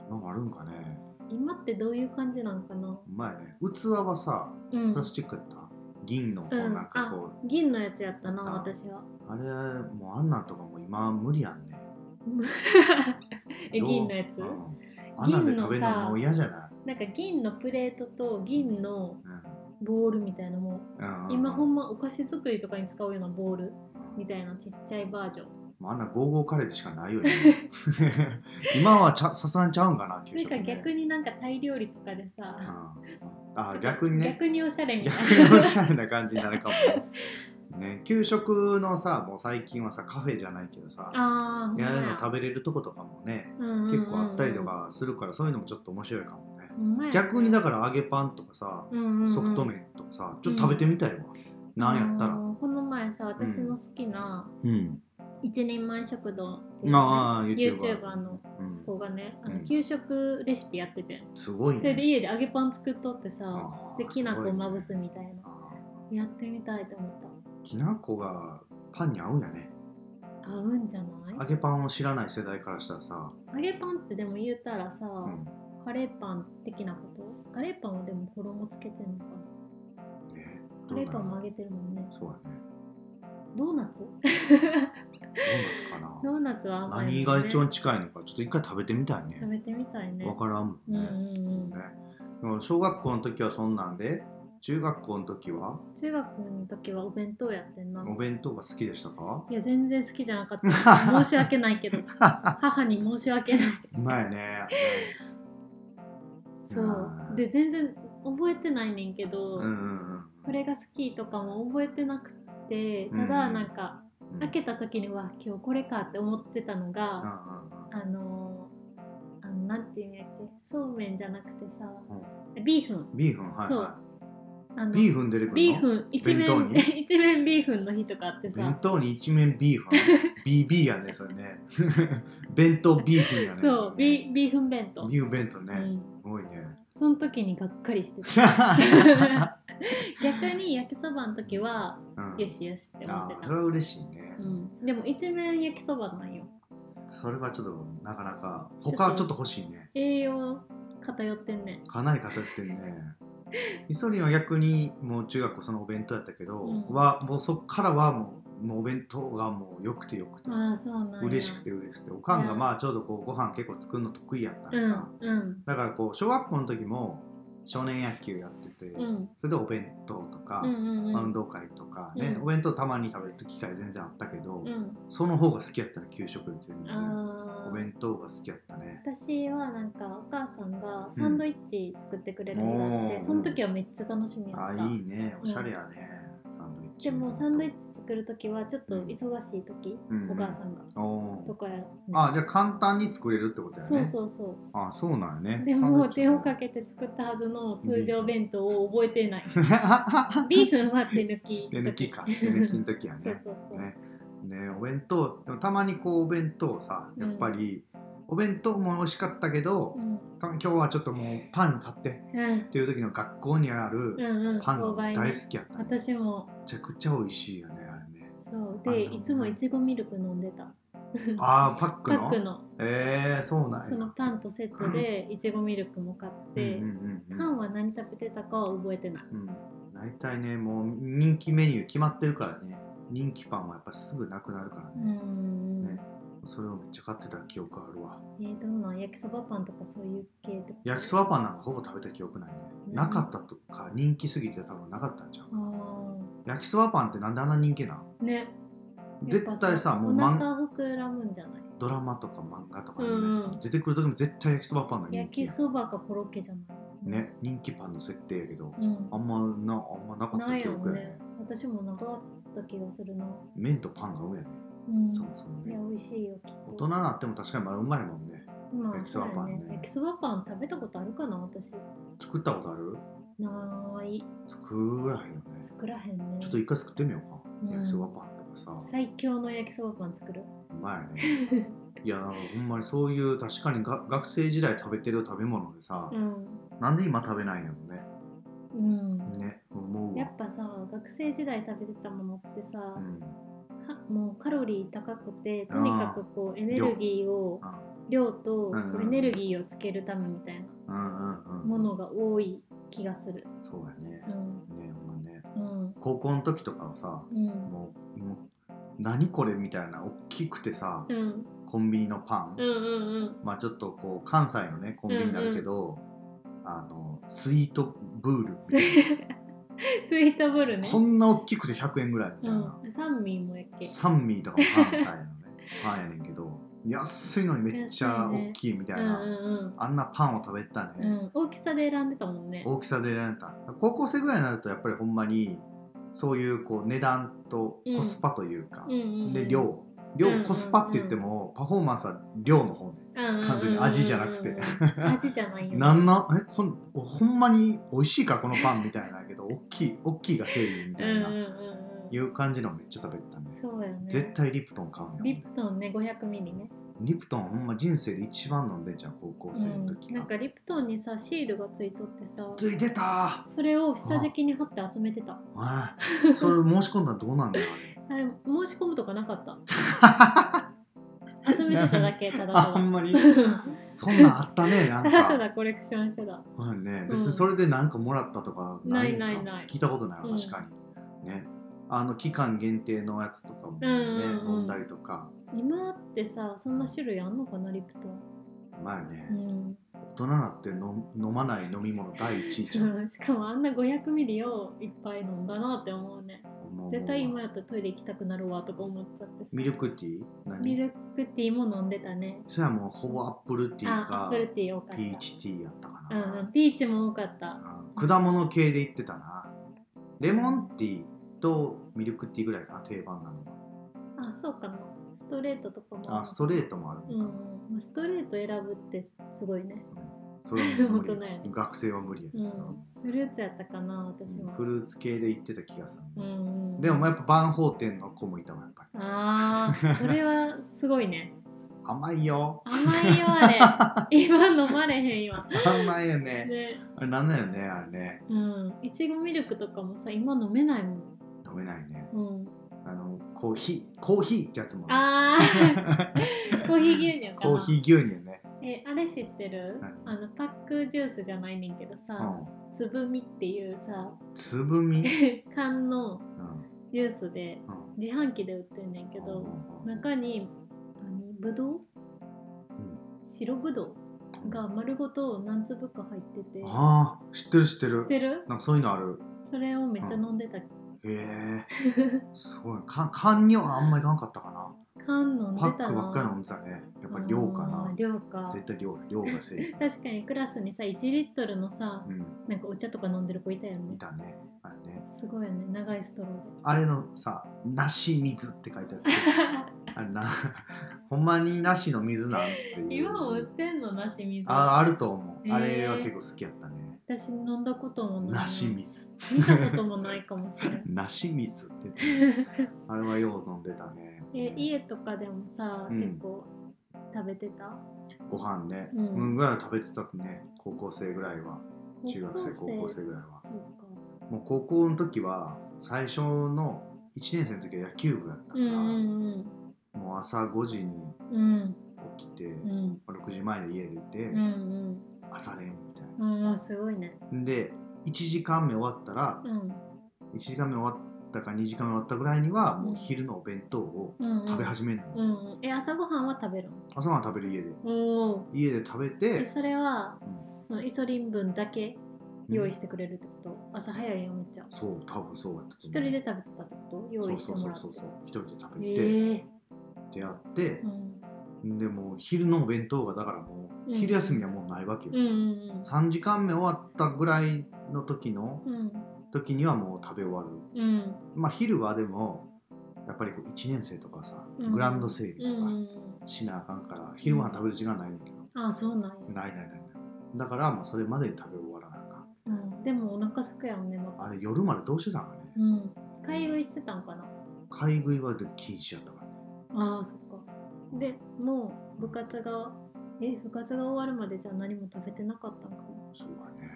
Speaker 2: 今もあるんかね
Speaker 1: 今ってどういう感じなんかな
Speaker 2: うまいね器はさ
Speaker 1: うん
Speaker 2: プラスチックやった、銀のこう
Speaker 1: うん
Speaker 2: なんかこ
Speaker 1: 銀のやつやったな
Speaker 2: あ
Speaker 1: 私は
Speaker 2: う、あれもうあんなんとかもう今無理やんね
Speaker 1: え
Speaker 2: よう
Speaker 1: 銀のやつ
Speaker 2: うんあんなんで食べ
Speaker 1: 銀
Speaker 2: るの
Speaker 1: のさ
Speaker 2: もう嫌じゃない、
Speaker 1: なんか銀のプレートと銀の
Speaker 2: うん
Speaker 1: ボールみたいなもう
Speaker 2: うんうんうん
Speaker 1: 今ほんまお菓子作りとかに使うようなボールみたいなちっちゃいバージョン
Speaker 2: まああんなゴーゴーカレーでしかないよね 今はちゃさすがにちゃうんかな給
Speaker 1: なん
Speaker 2: 食
Speaker 1: か
Speaker 2: ね
Speaker 1: 逆になんかタイ料理とかで
Speaker 2: うん
Speaker 1: さ、
Speaker 2: あ逆にね
Speaker 1: 逆におしゃれみたい
Speaker 2: 逆
Speaker 1: な
Speaker 2: におしゃれな感じになるかもねね給食のさもう最近はさカフェじゃないけどさ
Speaker 1: ああほん
Speaker 2: い
Speaker 1: ま
Speaker 2: や
Speaker 1: や
Speaker 2: でも食べれるとことかもね
Speaker 1: うんうんうんうん
Speaker 2: 結構あったりとかするからそういうのもちょっと面白いかもね
Speaker 1: ほんまや
Speaker 2: 逆にだから揚げパンとかさ
Speaker 1: うんうんうん
Speaker 2: ソフト麺とかさちょっと食べてみたいわなんやった
Speaker 1: あ
Speaker 2: ら
Speaker 1: のーこの前さ私の好きな
Speaker 2: うん
Speaker 1: 一人前食堂っていうね
Speaker 2: ああ YouTuber
Speaker 1: YouTuber の
Speaker 2: うん
Speaker 1: 子がねあの
Speaker 2: うん
Speaker 1: 給食レシピやってて、
Speaker 2: すごい
Speaker 1: それで
Speaker 2: ね
Speaker 1: 家で揚げパン作っとってさ
Speaker 2: あー
Speaker 1: できな
Speaker 2: すご
Speaker 1: 粉
Speaker 2: いね
Speaker 1: まぶすみたいな
Speaker 2: あ
Speaker 1: やってみたいと思っ
Speaker 2: ーきな粉がパンに合うんやね
Speaker 1: た合うんじゃない
Speaker 2: 揚げパンを知らない世代からしたらさ、
Speaker 1: 揚げパンってでも言うたらさ、
Speaker 2: うん
Speaker 1: カレーパン的なことカレーパンはでも衣つけてんのか
Speaker 2: ね、
Speaker 1: なカ
Speaker 2: ど
Speaker 1: レー
Speaker 2: うな
Speaker 1: パンも
Speaker 2: の
Speaker 1: 揚げてるもんね
Speaker 2: そうだね
Speaker 1: ドーナ ツ
Speaker 2: ドーナツかな
Speaker 1: ドーナツは甘いもんね
Speaker 2: 何が一番近いのかちょっと一回食べてみたい
Speaker 1: 食
Speaker 2: ね
Speaker 1: べてみたいね
Speaker 2: わからんも
Speaker 1: うんう
Speaker 2: んね、
Speaker 1: んうん
Speaker 2: ねでも小学校の時はそんなんで中学校の時は
Speaker 1: 中学の時はお弁当やってんな
Speaker 2: お弁当が好きでしたか
Speaker 1: いや全然好きじゃなかった申 し訳ないけど母に申し訳ない
Speaker 2: 前ね
Speaker 1: そう
Speaker 2: あー
Speaker 1: で全然覚えてないねんけど、
Speaker 2: うんうん
Speaker 1: これが好きとかも覚えてなくて
Speaker 2: う
Speaker 1: た
Speaker 2: ん
Speaker 1: だなんか、
Speaker 2: うん
Speaker 1: 開けた時には今日これかって思ってたの
Speaker 2: うんう
Speaker 1: が、
Speaker 2: ん
Speaker 1: あのーあのなんていうんやっけそうめんじゃなくてさ、
Speaker 2: う
Speaker 1: ビーフン
Speaker 2: うんビーフンはい、はい、
Speaker 1: そうあの
Speaker 2: ビーフン出てくるの
Speaker 1: ビーフン一
Speaker 2: 弁当
Speaker 1: 面
Speaker 2: に
Speaker 1: 一面ビーフンの日とかあって
Speaker 2: 弁
Speaker 1: さ
Speaker 2: 当に一面ビー フン BB やねそれね 弁当ビーフンやね
Speaker 1: そう
Speaker 2: ビ
Speaker 1: ビビーフン弁当、
Speaker 2: ーフン弁当
Speaker 1: う
Speaker 2: ね、
Speaker 1: ん、
Speaker 2: すごいね
Speaker 1: その時にがっかりして た逆に焼きそばの時は
Speaker 2: うん
Speaker 1: よしよしって思
Speaker 2: あ
Speaker 1: って
Speaker 2: ー
Speaker 1: た
Speaker 2: それ、は嬉しいね、
Speaker 1: うん、でも一面焼きそばなんよ
Speaker 2: それはちょっとなかなか
Speaker 1: ちょっと
Speaker 2: 他はちょっと欲しいね
Speaker 1: 栄養偏ってんね
Speaker 2: かなり偏ってるねイソリンは逆にもう中学校そのお弁当やったけど、
Speaker 1: うん
Speaker 2: はもうそっからはもうもうお弁当がもう良くて良くて
Speaker 1: ああそうなんや
Speaker 2: 嬉しくて嬉しくておかんが
Speaker 1: うん
Speaker 2: まあちょうどこうご飯結構作るの得意やったんか、
Speaker 1: うんうん
Speaker 2: だからこう小学校の時も少年野球やってて、
Speaker 1: うん
Speaker 2: それでお弁当とか、
Speaker 1: うんうんう
Speaker 2: まあ運
Speaker 1: ん
Speaker 2: 動会とかね、
Speaker 1: うん
Speaker 2: お弁当たまに食べる機会全然あったけど、
Speaker 1: うん
Speaker 2: その方が好きやったね給食より全然
Speaker 1: あ
Speaker 2: お
Speaker 1: ー
Speaker 2: 弁当が好きやったね
Speaker 1: 私はなんかお母さんがサンドイッチ作ってくれる日があって、
Speaker 2: うん
Speaker 1: その時はめっちゃ楽しみやった
Speaker 2: あいいねおしゃれやね、サンドイッチ
Speaker 1: でもサンドイッチ作る時はちょっと忙しい時、
Speaker 2: うん
Speaker 1: お母さんが
Speaker 2: お
Speaker 1: と
Speaker 2: ー
Speaker 1: かや、
Speaker 2: あじゃあ簡単に作れるってことやね
Speaker 1: そうそうそう
Speaker 2: あそうなんやね
Speaker 1: でも手をか
Speaker 2: け
Speaker 1: けて作ったはずの通常弁当を覚えて ない。ビーフンは手抜き。
Speaker 2: 手抜き か手抜きの時や
Speaker 1: そう
Speaker 2: ね
Speaker 1: そうそう。
Speaker 2: ねねお弁当でもたまにこうお弁当さやっぱり、お弁当も美味しかったけど、
Speaker 1: うん
Speaker 2: た今日はちょっともうパン買って
Speaker 1: うん
Speaker 2: っていう時の学校にあ
Speaker 1: う
Speaker 2: る
Speaker 1: んうん。
Speaker 2: パン
Speaker 1: 購
Speaker 2: が
Speaker 1: 買ね
Speaker 2: 大好きやった、ねめ
Speaker 1: 私も
Speaker 2: ちゃくちゃ美味しいよねあれね
Speaker 1: そう
Speaker 2: あ
Speaker 1: で
Speaker 2: の
Speaker 1: いつもいちごミルク飲んでた。
Speaker 2: ああパック
Speaker 1: パ
Speaker 2: の
Speaker 1: ックの
Speaker 2: えー、そうなん
Speaker 1: そ
Speaker 2: や
Speaker 1: のパンとセットでいちごミルクも買って、
Speaker 2: うんうんうんうん
Speaker 1: パンは何食べてたかは覚えてない。
Speaker 2: うん、大体ねもう人気メニュー決まってるからね人気パンはやっぱすぐなくなるから
Speaker 1: う
Speaker 2: ね、
Speaker 1: ん。
Speaker 2: ねそれをめっちゃ買ってた記憶あるわ
Speaker 1: えー、どんな焼きそばパンとかそういう系とか。
Speaker 2: 焼きそばパンなんかほぼ食べた記憶ないね、
Speaker 1: うん
Speaker 2: なかったとか人気すぎて多分なかったんちゃう
Speaker 1: あ
Speaker 2: 焼きそばパンってなんであんな人気なん
Speaker 1: あ。ね。
Speaker 2: 絶対さもう
Speaker 1: お
Speaker 2: マン
Speaker 1: 腹膨らむんじゃない
Speaker 2: ドラマとか漫画とかア
Speaker 1: う
Speaker 2: ニ
Speaker 1: ん
Speaker 2: メとか出てくる時も絶対焼きそばパンが人
Speaker 1: 焼
Speaker 2: 気
Speaker 1: き
Speaker 2: やん
Speaker 1: そばかコロッケじゃない
Speaker 2: ね人気パンの設定やけど
Speaker 1: うん
Speaker 2: あんまなあんまなかった
Speaker 1: ない
Speaker 2: 記
Speaker 1: よ
Speaker 2: 憶やね
Speaker 1: ね私もなかった気がするな
Speaker 2: 麺とパンが合うやね、
Speaker 1: うん
Speaker 2: そもそも
Speaker 1: いや
Speaker 2: ね
Speaker 1: 美味しいよきっ
Speaker 2: 大
Speaker 1: と
Speaker 2: 人になっても確かにまだうまいもんね
Speaker 1: まあ
Speaker 2: 焼きそばパンね
Speaker 1: そうや焼きそばパン食べたことあるかな私
Speaker 2: 作ったことある
Speaker 1: ない
Speaker 2: 作らへんよね
Speaker 1: 作らへんね
Speaker 2: ちょっと一回作ってみようか、
Speaker 1: うん
Speaker 2: 焼きそばパンとかさ
Speaker 1: 最強の焼きそばパン作る
Speaker 2: うまいね いやなんかほんまにそういう確かにが学生時代食べてる食べ物でさ、
Speaker 1: うん
Speaker 2: なんで今食べないんやろ
Speaker 1: うん
Speaker 2: ねね思う
Speaker 1: や
Speaker 2: わ
Speaker 1: っぱさ学生時代食べてたものってさ、
Speaker 2: うん
Speaker 1: はもうカロリー高くてとにかくこうエネルギーを
Speaker 2: あ
Speaker 1: 量と
Speaker 2: うんうん
Speaker 1: エネルギーをつけるためみたいな
Speaker 2: うんうんうん
Speaker 1: ものが多い気がする
Speaker 2: そうやね
Speaker 1: うん
Speaker 2: ねほんまね
Speaker 1: うん
Speaker 2: 高校の時とかはさ
Speaker 1: うん
Speaker 2: もうもう何これみたいな大きくてさ、
Speaker 1: うん
Speaker 2: コンビニのパン、
Speaker 1: うんうん
Speaker 2: まあちょっとこう関西のねコンビニになるけど、あのスイートブールみたいな
Speaker 1: スイート ブルね
Speaker 2: こんな大きくて100円ぐらいみたいな、
Speaker 1: うん、三味もやっけ
Speaker 2: 三味とかも関西のねパンやねんけど安いのにめっちゃ大きいみたい
Speaker 1: うん
Speaker 2: な、
Speaker 1: うん
Speaker 2: あんなパンを食べた
Speaker 1: うん
Speaker 2: ね、
Speaker 1: うん大きさで選んでたもんね
Speaker 2: 大きさで選んだ高校生ぐらいになるとやっぱりほんまにそういうこう値段とコスパというか、
Speaker 1: うんうんうん
Speaker 2: で量量、コスパって言ってもパフォーマンスは量の方ね
Speaker 1: 完
Speaker 2: 完全に味じゃなくて
Speaker 1: 味じゃないよね
Speaker 2: なんなえこんほんまに美味しいかこのパンみたいなけど大きい大きいが正義み
Speaker 1: うん
Speaker 2: た
Speaker 1: う
Speaker 2: い
Speaker 1: ん
Speaker 2: な、
Speaker 1: うん
Speaker 2: い
Speaker 1: うん
Speaker 2: う感じのめっちゃ食べてたんです
Speaker 1: そうやね
Speaker 2: 絶対リプトン買うんやもん
Speaker 1: リ
Speaker 2: ね
Speaker 1: プトンね500ミリね、
Speaker 2: リプトンほんま人生で一番飲んでんじゃん高校
Speaker 1: う
Speaker 2: 生の
Speaker 1: ん
Speaker 2: 時、
Speaker 1: なんかリプトンにさシールがついとってさ
Speaker 2: ついてたー
Speaker 1: それを下敷きに貼って集めてた
Speaker 2: ああそれ申し込んだらどうなんだよあれ
Speaker 1: あれ申し込むとかなかった集めてただけただ
Speaker 2: あ
Speaker 1: た
Speaker 2: ほん
Speaker 1: だ
Speaker 2: まに
Speaker 1: た
Speaker 2: そんなんあっ たねなん
Speaker 1: だた
Speaker 2: か、
Speaker 1: だコレクションしてた
Speaker 2: うんね
Speaker 1: ん、
Speaker 2: 別にそれで何かもらったとかないんか
Speaker 1: ないないない
Speaker 2: 聞いたことないわ
Speaker 1: うん
Speaker 2: 確かに、ねあの期間限定のやつとかもね、
Speaker 1: うんうんうん
Speaker 2: 飲んだりとか
Speaker 1: 今ってさそんな種類あんのかなリプトン、
Speaker 2: まあね、
Speaker 1: うん
Speaker 2: 大人になって飲飲まない飲み物第一位じゃん
Speaker 1: うん しかもあんな500ミリをいっぱい飲んだなって思うね
Speaker 2: もう
Speaker 1: 絶対今やったらトイレ行きたくなるわとか思っちゃってさ
Speaker 2: ミルクティー何
Speaker 1: ミルクティーも飲んでたね
Speaker 2: それはもうほぼアップルティー
Speaker 1: あアッ
Speaker 2: か
Speaker 1: プルティー多かった
Speaker 2: ピーチティーやったか
Speaker 1: う
Speaker 2: な、
Speaker 1: んうん、ピーチも多かった
Speaker 2: うん果物系で言ってたなレモンティーとミルクティーぐらいかな定番なの
Speaker 1: あそうかなストレートとかも
Speaker 2: はあストレートもあるの
Speaker 1: う
Speaker 2: か
Speaker 1: ん
Speaker 2: な、
Speaker 1: まあ、ストレート選ぶってすごいね、
Speaker 2: それはもう無
Speaker 1: 大人やね
Speaker 2: 理学生は無理や
Speaker 1: うん
Speaker 2: ですな、、
Speaker 1: フルーツやったかな私も
Speaker 2: フルーツ系で言ってた気がす
Speaker 1: う
Speaker 2: る、
Speaker 1: んうん
Speaker 2: でもやっぱ万宝店の子もいたわやっぱり
Speaker 1: あーそれはすごいね
Speaker 2: 甘いよ
Speaker 1: 甘いよあ れ今飲まれへん今
Speaker 2: 甘いよね
Speaker 1: ね
Speaker 2: あれなんだよねあれね
Speaker 1: うんいちごミルクとかもさ今飲めないもん
Speaker 2: 飲めないね
Speaker 1: うん、
Speaker 2: あのコーヒーコーヒーってやつもね、
Speaker 1: あーコーヒー牛乳かな
Speaker 2: コーヒー牛乳ね、
Speaker 1: えあれ知ってる
Speaker 2: 何
Speaker 1: あのパックジュースじゃないねんけど
Speaker 2: う
Speaker 1: さ、
Speaker 2: ん、
Speaker 1: つぶみっていうさ
Speaker 2: つぶみ、うん
Speaker 1: 缶のジュースで
Speaker 2: うん
Speaker 1: 自販機で売ってんねんけど、
Speaker 2: うん
Speaker 1: 中に何ぶどう、白ぶどうが丸ごと何粒か入ってて
Speaker 2: ああ知ってる知ってる
Speaker 1: 知ってる
Speaker 2: なんかそういうのある
Speaker 1: それをめっちゃ飲んでた、
Speaker 2: へ えすごいか缶にはあんまいかんかったかな
Speaker 1: 缶飲んで
Speaker 2: パ
Speaker 1: たな
Speaker 2: ックばっかり飲んでたねやっぱり量か
Speaker 1: う
Speaker 2: なん
Speaker 1: 量か
Speaker 2: 絶対量量が正義
Speaker 1: 確かにクラスにさ1リットルのさ
Speaker 2: うん
Speaker 1: なんかお茶とか飲んでる子いたよね
Speaker 2: 見たねあれね
Speaker 1: すごいよね長いストロ ーで
Speaker 2: あれのさ「梨水」って書い たやつあれな ほんまに梨の水なんていう
Speaker 1: 今も売ってんのなし水
Speaker 2: ああると思
Speaker 1: へえ
Speaker 2: うあれは結構好きやったね
Speaker 1: 私飲んだこともない
Speaker 2: 梨水
Speaker 1: 見たこともないかもしれない
Speaker 2: 梨水って言って あれはよう飲んでたね
Speaker 1: え家とかでもさ、
Speaker 2: うん
Speaker 1: 結構食べてた
Speaker 2: ご飯ね、
Speaker 1: う
Speaker 2: うんん、ぐらいは食べてたね高校生ぐらいは中学生高校生ぐらいは
Speaker 1: そうか
Speaker 2: もう高校の時は最初の1年生の時は野球部だったか
Speaker 1: う
Speaker 2: ら、
Speaker 1: んうん
Speaker 2: もう朝5時に
Speaker 1: うんうん
Speaker 2: 起きて、
Speaker 1: うん
Speaker 2: 6時前に家出て、
Speaker 1: うん
Speaker 2: 朝練みたい
Speaker 1: うんうんすごいね
Speaker 2: なで1時間目終わったら
Speaker 1: うん
Speaker 2: 1時間目終わったか2時間目終わったぐらいにはもう昼のお弁当を
Speaker 1: うんうん
Speaker 2: 食べ始めるの、
Speaker 1: うんうんえ朝ごはんは食べるの
Speaker 2: 朝ごはん食べる家で
Speaker 1: おお
Speaker 2: 家で食べて
Speaker 1: えそれは
Speaker 2: うん
Speaker 1: そのイソリン分だけ用意
Speaker 2: て、
Speaker 1: してくれるってこと、朝早いよめっちゃ
Speaker 2: うんそう多分そうやったと
Speaker 1: 一
Speaker 2: 思
Speaker 1: 人
Speaker 2: う
Speaker 1: で食べてたってこと用意してもらって
Speaker 2: そうそうそうそう一人で食べて、
Speaker 1: ええ
Speaker 2: ってやって
Speaker 1: う、ん
Speaker 2: でもう昼のお弁当がだからも
Speaker 1: う
Speaker 2: うん昼休みはもうないわけよ、
Speaker 1: うんうん
Speaker 2: 3時間目終わったぐらいの時の
Speaker 1: うんうん
Speaker 2: 時にはもう食べ終わる
Speaker 1: うん
Speaker 2: まあ昼はでもやっぱりこう1年生とかさ
Speaker 1: うん
Speaker 2: グラウンド整
Speaker 1: う
Speaker 2: 備とか
Speaker 1: んうん
Speaker 2: しなあかんから昼ご飯食べる時間ないねんけど、
Speaker 1: あそうなんや、
Speaker 2: ないないないないだからもうそれまでに食べ終わらなあか
Speaker 1: うん、でもお腹すくやんねまた
Speaker 2: んあれ夜までどうしてたんかね
Speaker 1: うん買い食いしてたんかな
Speaker 2: 買い食いはで禁止やったからね
Speaker 1: ああそっかでもう部活がえ部活が終わるまでじゃあ何も食べてなかったんかな
Speaker 2: そうだね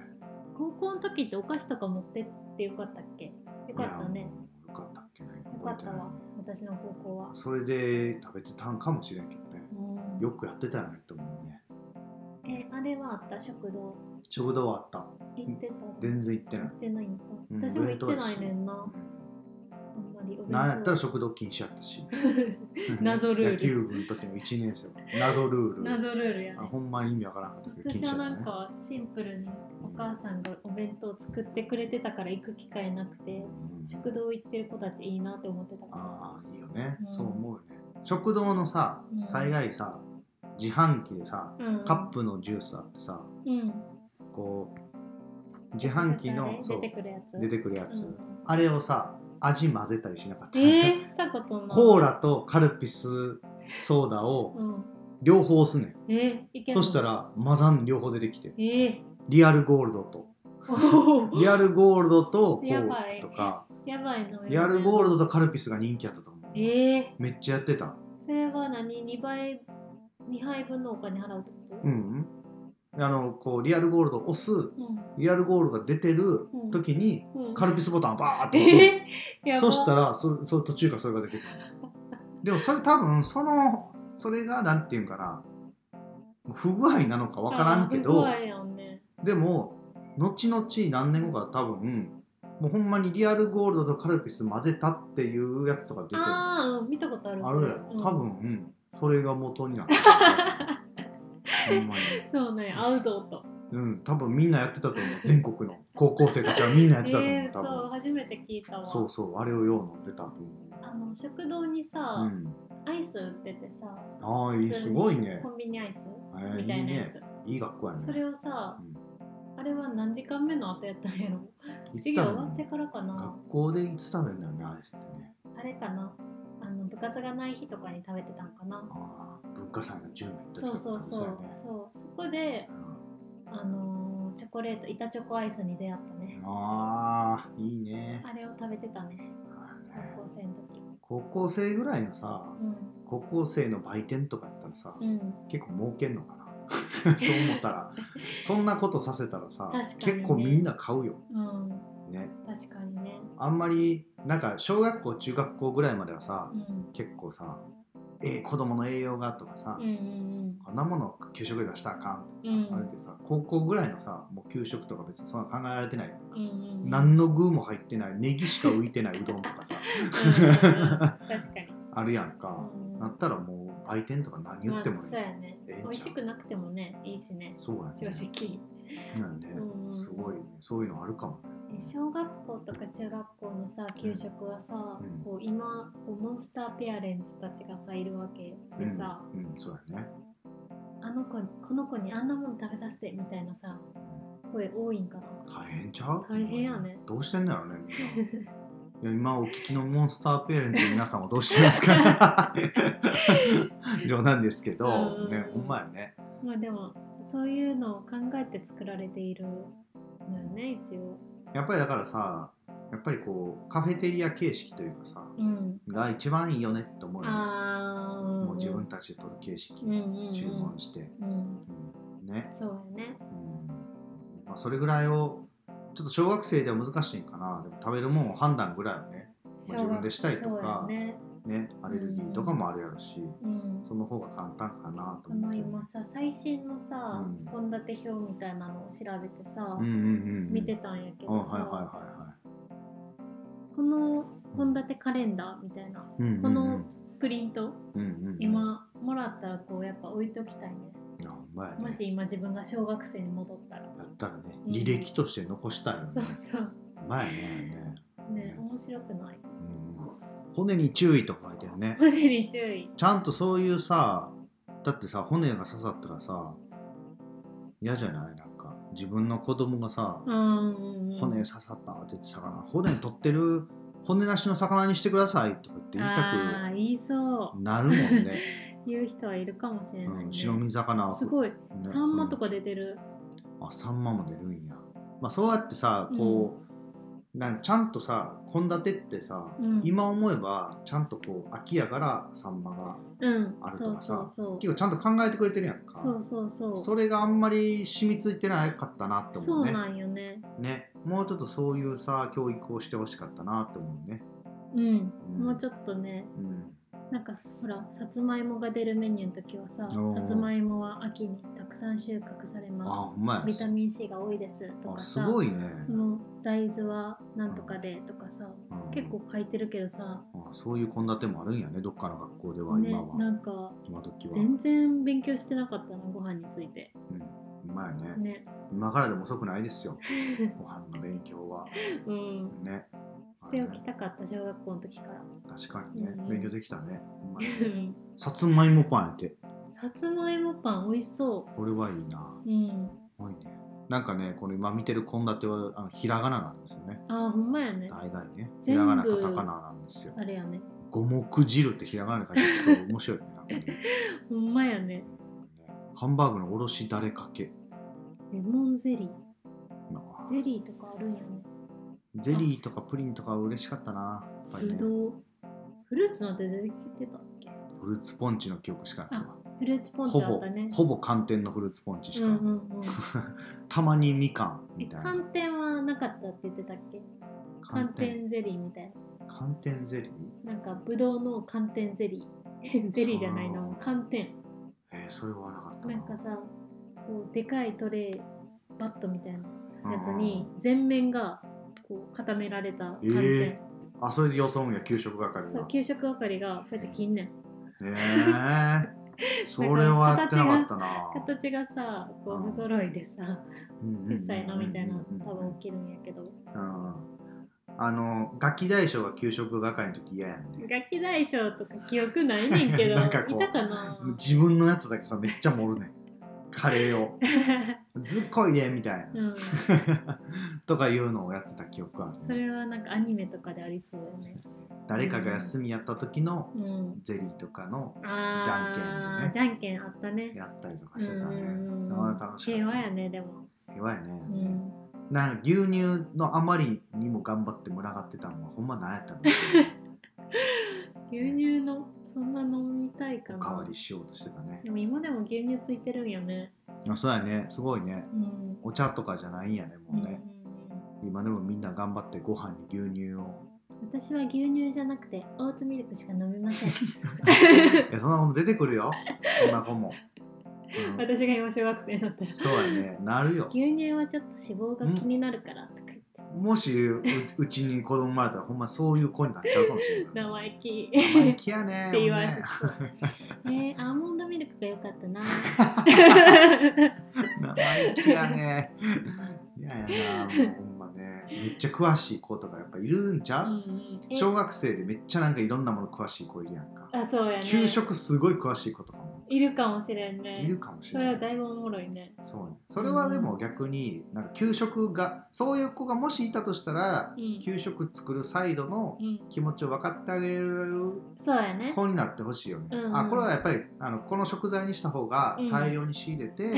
Speaker 1: 高校の時ってお菓子とか持ってってよかったっけよかった
Speaker 2: いや
Speaker 1: ね
Speaker 2: もうよかったっけね
Speaker 1: よかった
Speaker 2: 覚えてない
Speaker 1: わ私の高校は
Speaker 2: それで食べてたんかもしれんけどね
Speaker 1: うん
Speaker 2: よくやってたよねって思うね
Speaker 1: えあれはあった食堂
Speaker 2: 食堂はあった
Speaker 1: 行ってた
Speaker 2: 全然行ってな
Speaker 1: 行
Speaker 2: い
Speaker 1: ってないんか、
Speaker 2: うん
Speaker 1: 私も行ってないねんな
Speaker 2: う
Speaker 1: あ
Speaker 2: ん
Speaker 1: んまりお弁当
Speaker 2: なんやったら食堂禁止やったし
Speaker 1: 謎ルール
Speaker 2: 野球部の時の1年生は謎ルール
Speaker 1: 謎ルールや
Speaker 2: あ
Speaker 1: ね
Speaker 2: ほんま意味わからんかったけど禁
Speaker 1: 私
Speaker 2: 止や
Speaker 1: はな
Speaker 2: ったね
Speaker 1: んかシンプルにお母さんがお弁当作ってくれてたから行く機会なくて
Speaker 2: うん
Speaker 1: 食堂行ってる子たちいいなって思ってたから
Speaker 2: ああいいよね、
Speaker 1: うん
Speaker 2: そう思うよね食堂のさ
Speaker 1: うん
Speaker 2: 大概さ自販機でさ
Speaker 1: うん、
Speaker 2: カップのジュースあってさ
Speaker 1: うん、
Speaker 2: こう自販機の
Speaker 1: 出
Speaker 2: そう
Speaker 1: てくるやつ
Speaker 2: 出てくるやつ、
Speaker 1: うん
Speaker 2: あれをさ味混ぜたりしなかった、
Speaker 1: えー、したことない
Speaker 2: コーラとカルピスソーダを
Speaker 1: うん、
Speaker 2: 両方押すねん
Speaker 1: えー、いけん
Speaker 2: そ
Speaker 1: の
Speaker 2: したらマザン両方出てきて
Speaker 1: えー、
Speaker 2: リアルゴールドと
Speaker 1: おー
Speaker 2: リアルゴールドとコ
Speaker 1: や
Speaker 2: ー
Speaker 1: ば
Speaker 2: ラ
Speaker 1: い
Speaker 2: とか
Speaker 1: やばいの
Speaker 2: リアルゴー
Speaker 1: ル
Speaker 2: ルドとカルピスが人気やったと思う
Speaker 1: えー、
Speaker 2: めっちゃやってた
Speaker 1: それは何二倍二杯分のお金払うってこと
Speaker 2: うんあのこうリアルゴールドを押す
Speaker 1: う
Speaker 2: リアルゴールドが出てる
Speaker 1: うん
Speaker 2: 時に
Speaker 1: ん、うん、
Speaker 2: カルピスボタンをバーって押す、
Speaker 1: えー、やば
Speaker 2: そしたらそそ途中からそれが出てくるでもそれ多分そのそれがなんていうんかな不具合なのか分からんけど
Speaker 1: あー不具合やんね
Speaker 2: でも後々何年後か多分もうほんまにリアルゴールドとカルピス混ぜたっていうやつとか出てるあ
Speaker 1: ああ、うん、見たことある
Speaker 2: る
Speaker 1: そ
Speaker 2: や
Speaker 1: れ
Speaker 2: ろ
Speaker 1: うん
Speaker 2: 多分、うんそれが元になってるほんまに
Speaker 1: そうね合うぞと
Speaker 2: うん多分みんなやってたと思う全国の高校生たちはみんなやってたと思
Speaker 1: え
Speaker 2: う
Speaker 1: ー、
Speaker 2: 多
Speaker 1: そう
Speaker 2: 分
Speaker 1: 初めて聞いたわ
Speaker 2: そうそうあれをよう飲んでたと思
Speaker 1: あの食堂に
Speaker 2: う、う
Speaker 1: さ、
Speaker 2: ん、
Speaker 1: アイス売っててさ
Speaker 2: ああい
Speaker 1: 普
Speaker 2: い
Speaker 1: 通に
Speaker 2: すごいね
Speaker 1: コンビニアイス
Speaker 2: えー
Speaker 1: みたいなやつ
Speaker 2: いいねいい学校やね
Speaker 1: それをさ、
Speaker 2: う
Speaker 1: あれは何時間目の後やったんや ろ
Speaker 2: いつ
Speaker 1: 授業
Speaker 2: 食べ
Speaker 1: 終
Speaker 2: ん
Speaker 1: わ
Speaker 2: の
Speaker 1: ってからかな
Speaker 2: 学校でいつ食べんだよねアイスってね
Speaker 1: あれかなあの部活がない日とかに食べてたんかな
Speaker 2: ああ文化祭の準備って
Speaker 1: そうそうそうそう,、そこであのーチョコレート板チョコアイスに出会ったね、
Speaker 2: ああいいね
Speaker 1: あれを食べてたね高校生の時
Speaker 2: 高校生ぐらいのさ
Speaker 1: う
Speaker 2: 高校生の売店とかやったらさ、
Speaker 1: ん、うん、
Speaker 2: 結構儲けんのかな そう思ったらそんなことさせたら
Speaker 1: 確
Speaker 2: さ、
Speaker 1: かにね
Speaker 2: 結構みんな買うよ
Speaker 1: うん、
Speaker 2: ね
Speaker 1: 確かにね。
Speaker 2: あんまりなんか小学校中学校ぐらいまではさ、
Speaker 1: うん。
Speaker 2: 結構さえー子供の栄養がとかさ、
Speaker 1: うんうん
Speaker 2: こんなもの給食で出したらあかんとかさ、
Speaker 1: うん
Speaker 2: あるけどさ高校ぐらいのさもう給食とか別にそんな考えられてないやん
Speaker 1: うん。うんうんうん、
Speaker 2: 何の具も入ってないネギしか浮いてないうどんとかさ
Speaker 1: うんうんうん確かに。
Speaker 2: あるやん
Speaker 1: う
Speaker 2: か、
Speaker 1: ん
Speaker 2: なったらもう売店とか何言っても
Speaker 1: まあ
Speaker 2: ね、
Speaker 1: そうやね。
Speaker 2: ええんちゃ
Speaker 1: 美
Speaker 2: う
Speaker 1: 味しくなくてもね、いいしね。
Speaker 2: そうやね
Speaker 1: 正直。
Speaker 2: なんで、
Speaker 1: うん
Speaker 2: すごいねそういうのあるかもね
Speaker 1: え小学校とか中学校のさ給食はさ、
Speaker 2: うん
Speaker 1: こう今こうモンスターペアレンツたちがさいるわけでさ、
Speaker 2: うん、うん、そうやね
Speaker 1: あの子にこの子にあんなもの食べさせてみたいなさ声多いんかな。
Speaker 2: 大変ちゃう
Speaker 1: 大変やね
Speaker 2: どうしてんだろうねみん ないや今お聞きのモンスターペアレンツの皆さんはどうしてますか 冗談ですけど、
Speaker 1: うん
Speaker 2: ねほんまやね
Speaker 1: まあでもそういうのを考えて作られているのよね一応。
Speaker 2: やっぱりだからさやっぱりこうカフェテリア形式というかさ
Speaker 1: うん。
Speaker 2: が一番いいよねって思うよね
Speaker 1: ああ。
Speaker 2: もう自分たちで取る形式、
Speaker 1: 分
Speaker 2: 注文して、
Speaker 1: うんうん
Speaker 2: うんね、
Speaker 1: そうやね
Speaker 2: うんまあ、それぐらいをちょっと小学生では難しいんかなでも食べるもんを判断ぐらいはねまあ自分でしたりとか
Speaker 1: そうやね
Speaker 2: ねアレルギーとかもあるやろし、
Speaker 1: うん
Speaker 2: その方が簡単かなと
Speaker 1: この
Speaker 2: 思って、
Speaker 1: 今さ最新のさ
Speaker 2: うん
Speaker 1: 献立表みたいなのを調べてさ、
Speaker 2: うんうんうんうん、
Speaker 1: 見てたんやけ
Speaker 2: あは
Speaker 1: ど
Speaker 2: いはい
Speaker 1: さ、
Speaker 2: は
Speaker 1: この献立カレンダーみたいない
Speaker 2: はい、うんうんうん
Speaker 1: この、プリント、
Speaker 2: うんうんうん、
Speaker 1: 今もらったらこうやっぱ置いときたいね
Speaker 2: いやほんまやね
Speaker 1: もし今自分が小学生に戻ったら
Speaker 2: やったらね
Speaker 1: うん
Speaker 2: 履歴として残したいよ
Speaker 1: そ
Speaker 2: ね
Speaker 1: う、そう
Speaker 2: ほんまやね
Speaker 1: ね面白くない
Speaker 2: うん骨に注意とか書いてるね
Speaker 1: 骨に注意
Speaker 2: ちゃんとそういうさだってさ骨が刺さったらさ嫌じゃないなんか自分の子供がさ、
Speaker 1: うん
Speaker 2: 骨刺さったって言って魚骨取ってる骨なしの魚にしてくださいとかって言い
Speaker 1: あ
Speaker 2: た
Speaker 1: あ言いそう
Speaker 2: くなるもんね、
Speaker 1: 言う人はいるかもしれない、ね
Speaker 2: うん、白身魚は
Speaker 1: すごい、
Speaker 2: ね
Speaker 1: サンマとか出てる、
Speaker 2: あサンマも出るんや、まあ、そうやってさこう、なんちゃんとさ献立ってさ、
Speaker 1: うん
Speaker 2: 今思えばちゃんとこう秋やからサンマが
Speaker 1: うん
Speaker 2: あ、ると
Speaker 1: そう
Speaker 2: かさ
Speaker 1: そうそう
Speaker 2: 結構ちゃんと考えてくれてるやんか
Speaker 1: そうそうそう
Speaker 2: それがあんまり染みついてなかったなって
Speaker 1: そ
Speaker 2: 思う
Speaker 1: う
Speaker 2: ね
Speaker 1: なんよね
Speaker 2: ねもうちょっとそういうさ教育をしてほしかったなって思うね、
Speaker 1: うん、
Speaker 2: うん
Speaker 1: もうちょっとね
Speaker 2: うん、
Speaker 1: なんかほらさつまいもが出るメニューの時はさ
Speaker 2: おー
Speaker 1: さつまいもは秋にたくさん収穫され
Speaker 2: あ
Speaker 1: ま
Speaker 2: ほんまや
Speaker 1: すビタミン C が多いですとか
Speaker 2: あ
Speaker 1: さ
Speaker 2: すごいね、
Speaker 1: この大豆はなんとかでとかさ
Speaker 2: うん
Speaker 1: 結構書いてるけどさ、
Speaker 2: あそういう献立もあるんやねどっかの学校では、
Speaker 1: ね
Speaker 2: 今、は
Speaker 1: なんか
Speaker 2: 今時は
Speaker 1: 全然勉強してなかったなご飯について
Speaker 2: うまいね
Speaker 1: ね
Speaker 2: 今からでも遅くないですよご飯の勉強は
Speaker 1: うん
Speaker 2: ね
Speaker 1: 素っておきたかった小学校の時から
Speaker 2: 確かにね、
Speaker 1: うん
Speaker 2: 勉強できたねほん まにさつ
Speaker 1: さ
Speaker 2: まいもパンやって
Speaker 1: つまいもパン美味しそ
Speaker 2: これはいいな
Speaker 1: ううん
Speaker 2: 多いねなんかねこの今見てる献立はあのひらがななんですよね
Speaker 1: あーほんまやね
Speaker 2: 大概ねひ
Speaker 1: 全部
Speaker 2: らがなカタカナなんですよ
Speaker 1: あれやね
Speaker 2: 五目汁ってひらがなで書いてあると面白いねなんかね
Speaker 1: ほんまやね
Speaker 2: ハンバーグのおろしだれかけ
Speaker 1: レモンゼリ
Speaker 2: な
Speaker 1: ーゼリーとかあるんやね
Speaker 2: ゼリーとかプリンとか嬉しかったなやっぱり
Speaker 1: ぶ
Speaker 2: ね
Speaker 1: どうフルーツなんて出てきてたっけ
Speaker 2: フルーツポンチの記憶しかないわ
Speaker 1: フルーツポンチ
Speaker 2: ほ
Speaker 1: あっ
Speaker 2: ぼ
Speaker 1: たね
Speaker 2: ほぼ寒天のフルーツポンチし
Speaker 1: う
Speaker 2: か、
Speaker 1: んうんうん
Speaker 2: たまにみかん
Speaker 1: え
Speaker 2: みたいな
Speaker 1: 寒天はなかったって言ってたっけ寒天ゼリーみたい
Speaker 2: 寒天ゼリー
Speaker 1: ななんかぶどうの寒天ゼリー ゼリーじゃないな
Speaker 2: そう
Speaker 1: 寒天
Speaker 2: えー、それはなかったな
Speaker 1: なんかさこうでかいトレイバットみたいなやつ
Speaker 2: うん
Speaker 1: に全面がこう固められた寒天、
Speaker 2: えあそれでよそうんや給食係
Speaker 1: そう
Speaker 2: は
Speaker 1: 給食係がこうやって切んねん
Speaker 2: え ー、それはやってなかったな
Speaker 1: 形がさこう不揃いでさ小さいのみたいな多分起きるんやけど
Speaker 2: うんあのガキ大将が給食係の時嫌やんね
Speaker 1: 楽器大賞とか記憶ないねんけど
Speaker 2: なんかこう
Speaker 1: いたか な
Speaker 2: 自分のやつだけさめっちゃ盛るねんカレーをずっこいでみたいな、
Speaker 1: う ん
Speaker 2: とかいうのをやってた記憶ある
Speaker 1: そ
Speaker 2: ね
Speaker 1: れはなんかアニメとかでありそうだよね
Speaker 2: 誰かが休みやった時の
Speaker 1: うん
Speaker 2: ゼリーとかの
Speaker 1: あ
Speaker 2: じゃんけんでね
Speaker 1: あじゃんけんあったね
Speaker 2: やったりとか
Speaker 1: う
Speaker 2: してたね
Speaker 1: ん
Speaker 2: なかなか楽しかった
Speaker 1: 平和やねでも
Speaker 2: 平和やね、
Speaker 1: うん
Speaker 2: なんか牛乳のあまりにも頑張って群がってたのはほんまなんやっ たの
Speaker 1: 牛乳のそんな飲みたいか
Speaker 2: おかわ
Speaker 1: な
Speaker 2: りしようとしてたね
Speaker 1: でも今でも牛乳ついてるんやね
Speaker 2: あそうやねすごいね
Speaker 1: うん
Speaker 2: お茶とかじゃないんやねもうね、今でもみんな頑張ってご飯に牛乳を
Speaker 1: 私は牛乳じゃなくてオーツミルクしか飲みません
Speaker 2: いやそんなこと出てくるよそんな子も、うん
Speaker 1: 私が今小学生だったら
Speaker 2: そうやねなるよ
Speaker 1: 牛乳はちょっと脂肪が気になるからとか言って
Speaker 2: もしううちに子供生まれたらほんまそういう子になっちゃうかもしれない
Speaker 1: 生意気
Speaker 2: 生意気やね
Speaker 1: って言われ
Speaker 2: ほんまね
Speaker 1: ねえアーモンドミルクが良かった な
Speaker 2: 生意気やね。いやいやな、もうほんまね。めっちゃ詳しい子とかやっぱいるんちゃ
Speaker 1: うん
Speaker 2: う、
Speaker 1: うんえ
Speaker 2: 小学生でめっちゃなんかいろんなもの詳しい子いるやんか。
Speaker 1: あそうやね
Speaker 2: 給食すごい詳しい子とかも
Speaker 1: いるかもしれんね
Speaker 2: いるかもし
Speaker 1: そ
Speaker 2: れ
Speaker 1: れ
Speaker 2: な
Speaker 1: はだ
Speaker 2: い。
Speaker 1: いぶおもろいね
Speaker 2: そうね、それはでも逆になんか給食がそういう子がもしいたとしたら
Speaker 1: う、ん、
Speaker 2: 給食作るサイドの
Speaker 1: うん、
Speaker 2: 気持ちを分かってあげる
Speaker 1: そうやね
Speaker 2: 子になってほしいよね、
Speaker 1: うんうん
Speaker 2: あこれはやっぱりあのこの食材にした方が
Speaker 1: うん
Speaker 2: 大量に仕入れて、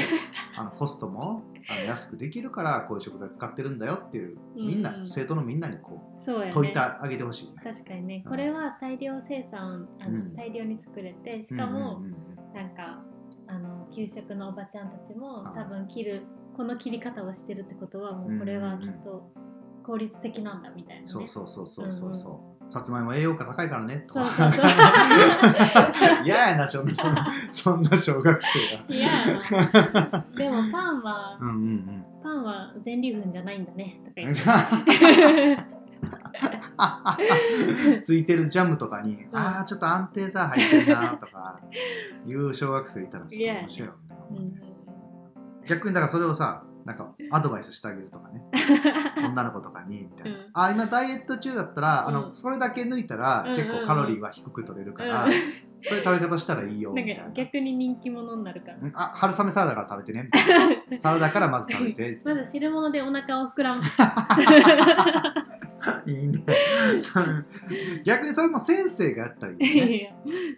Speaker 2: あのコストもあの安くできるからこういう食材使ってるんだよっていうみんな、
Speaker 1: うんうん
Speaker 2: 生徒のみんなにこ
Speaker 1: そうや
Speaker 2: う
Speaker 1: ね
Speaker 2: 解いてあげてほしいよね。
Speaker 1: 確かにね
Speaker 2: うん
Speaker 1: これは大量生産あの、
Speaker 2: うん
Speaker 1: 大量に作れてしかも、
Speaker 2: うんうん
Speaker 1: なんかあの給食のおばちゃんたちも
Speaker 2: はい
Speaker 1: 多分切るこの切り方をしてるってことはもうこれはきっと効率的なんだみたいな
Speaker 2: う
Speaker 1: ね
Speaker 2: ん、そうそうそうそうそうそう、さつまいも栄養価高いからねとか
Speaker 1: そう そうそ
Speaker 2: 嫌やなそんなそんなそんな小学生が。
Speaker 1: いやーでもパンは
Speaker 2: うんうん
Speaker 1: パンは全粒粉じゃないんだねとか
Speaker 2: う
Speaker 1: 言
Speaker 2: ん
Speaker 1: って
Speaker 2: ついてるジャムとかに、
Speaker 1: うん
Speaker 2: ああちょっと安定さ入ってるなと かいう小学生いたらちょっと面白いよね、
Speaker 1: うんうん
Speaker 2: 逆にだからそれをさなんかアドバイスしてあげると かね女の子とかにみたいな、
Speaker 1: うん
Speaker 2: あ今ダイエット中だったら、あ
Speaker 1: う
Speaker 2: の
Speaker 1: ん
Speaker 2: それだけ抜いたら
Speaker 1: うんうんう
Speaker 2: 結
Speaker 1: ん
Speaker 2: 構カロリーは低く取れるから、
Speaker 1: うん
Speaker 2: そういう食べ方したらいいよみた
Speaker 1: ないん
Speaker 2: な
Speaker 1: か逆に人気者になるから
Speaker 2: うんあ春雨サラダから食べてねみ たいなサラダからまず食べて
Speaker 1: まず汁物でお腹を膨 らむ
Speaker 2: い いね逆にそれも先生がやったらいい
Speaker 1: い
Speaker 2: よ
Speaker 1: や
Speaker 2: ね
Speaker 1: いや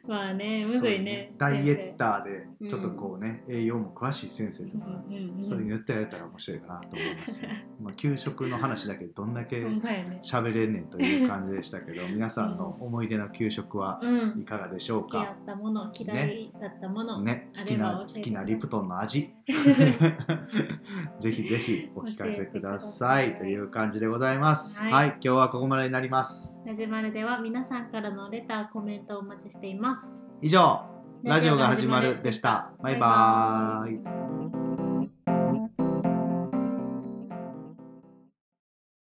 Speaker 1: まあねむずいね
Speaker 2: そういうねダイエッ
Speaker 1: 先
Speaker 2: ターでちょっとこうね、栄養も詳しい先生
Speaker 1: 生
Speaker 2: とか、
Speaker 1: うんうんうん
Speaker 2: そういうの言ってやれたら面白いかなと思い ます、ね、まあ給食の話だけどんだけ
Speaker 1: ほんまやね
Speaker 2: 喋れんねんという感じでしたけど皆さんの思い出の給食は
Speaker 1: うん
Speaker 2: いかがでしょう
Speaker 1: 好きだ
Speaker 2: か、
Speaker 1: ったもの嫌いだったもの、
Speaker 2: ね、好き
Speaker 1: あれ
Speaker 2: な
Speaker 1: ば
Speaker 2: 好
Speaker 1: 教えて
Speaker 2: きなリプトンの 味 ぜひぜひお聞かせくださ
Speaker 1: 教えてくださ
Speaker 2: い
Speaker 1: い
Speaker 2: という感じでございます、
Speaker 1: はい
Speaker 2: はい、今日はここまでになります
Speaker 1: ラジマルでは皆さんからのレターコメントをお待ちしています
Speaker 2: 以上ラジオが始まるでしたバイバーイ
Speaker 1: バイバーイ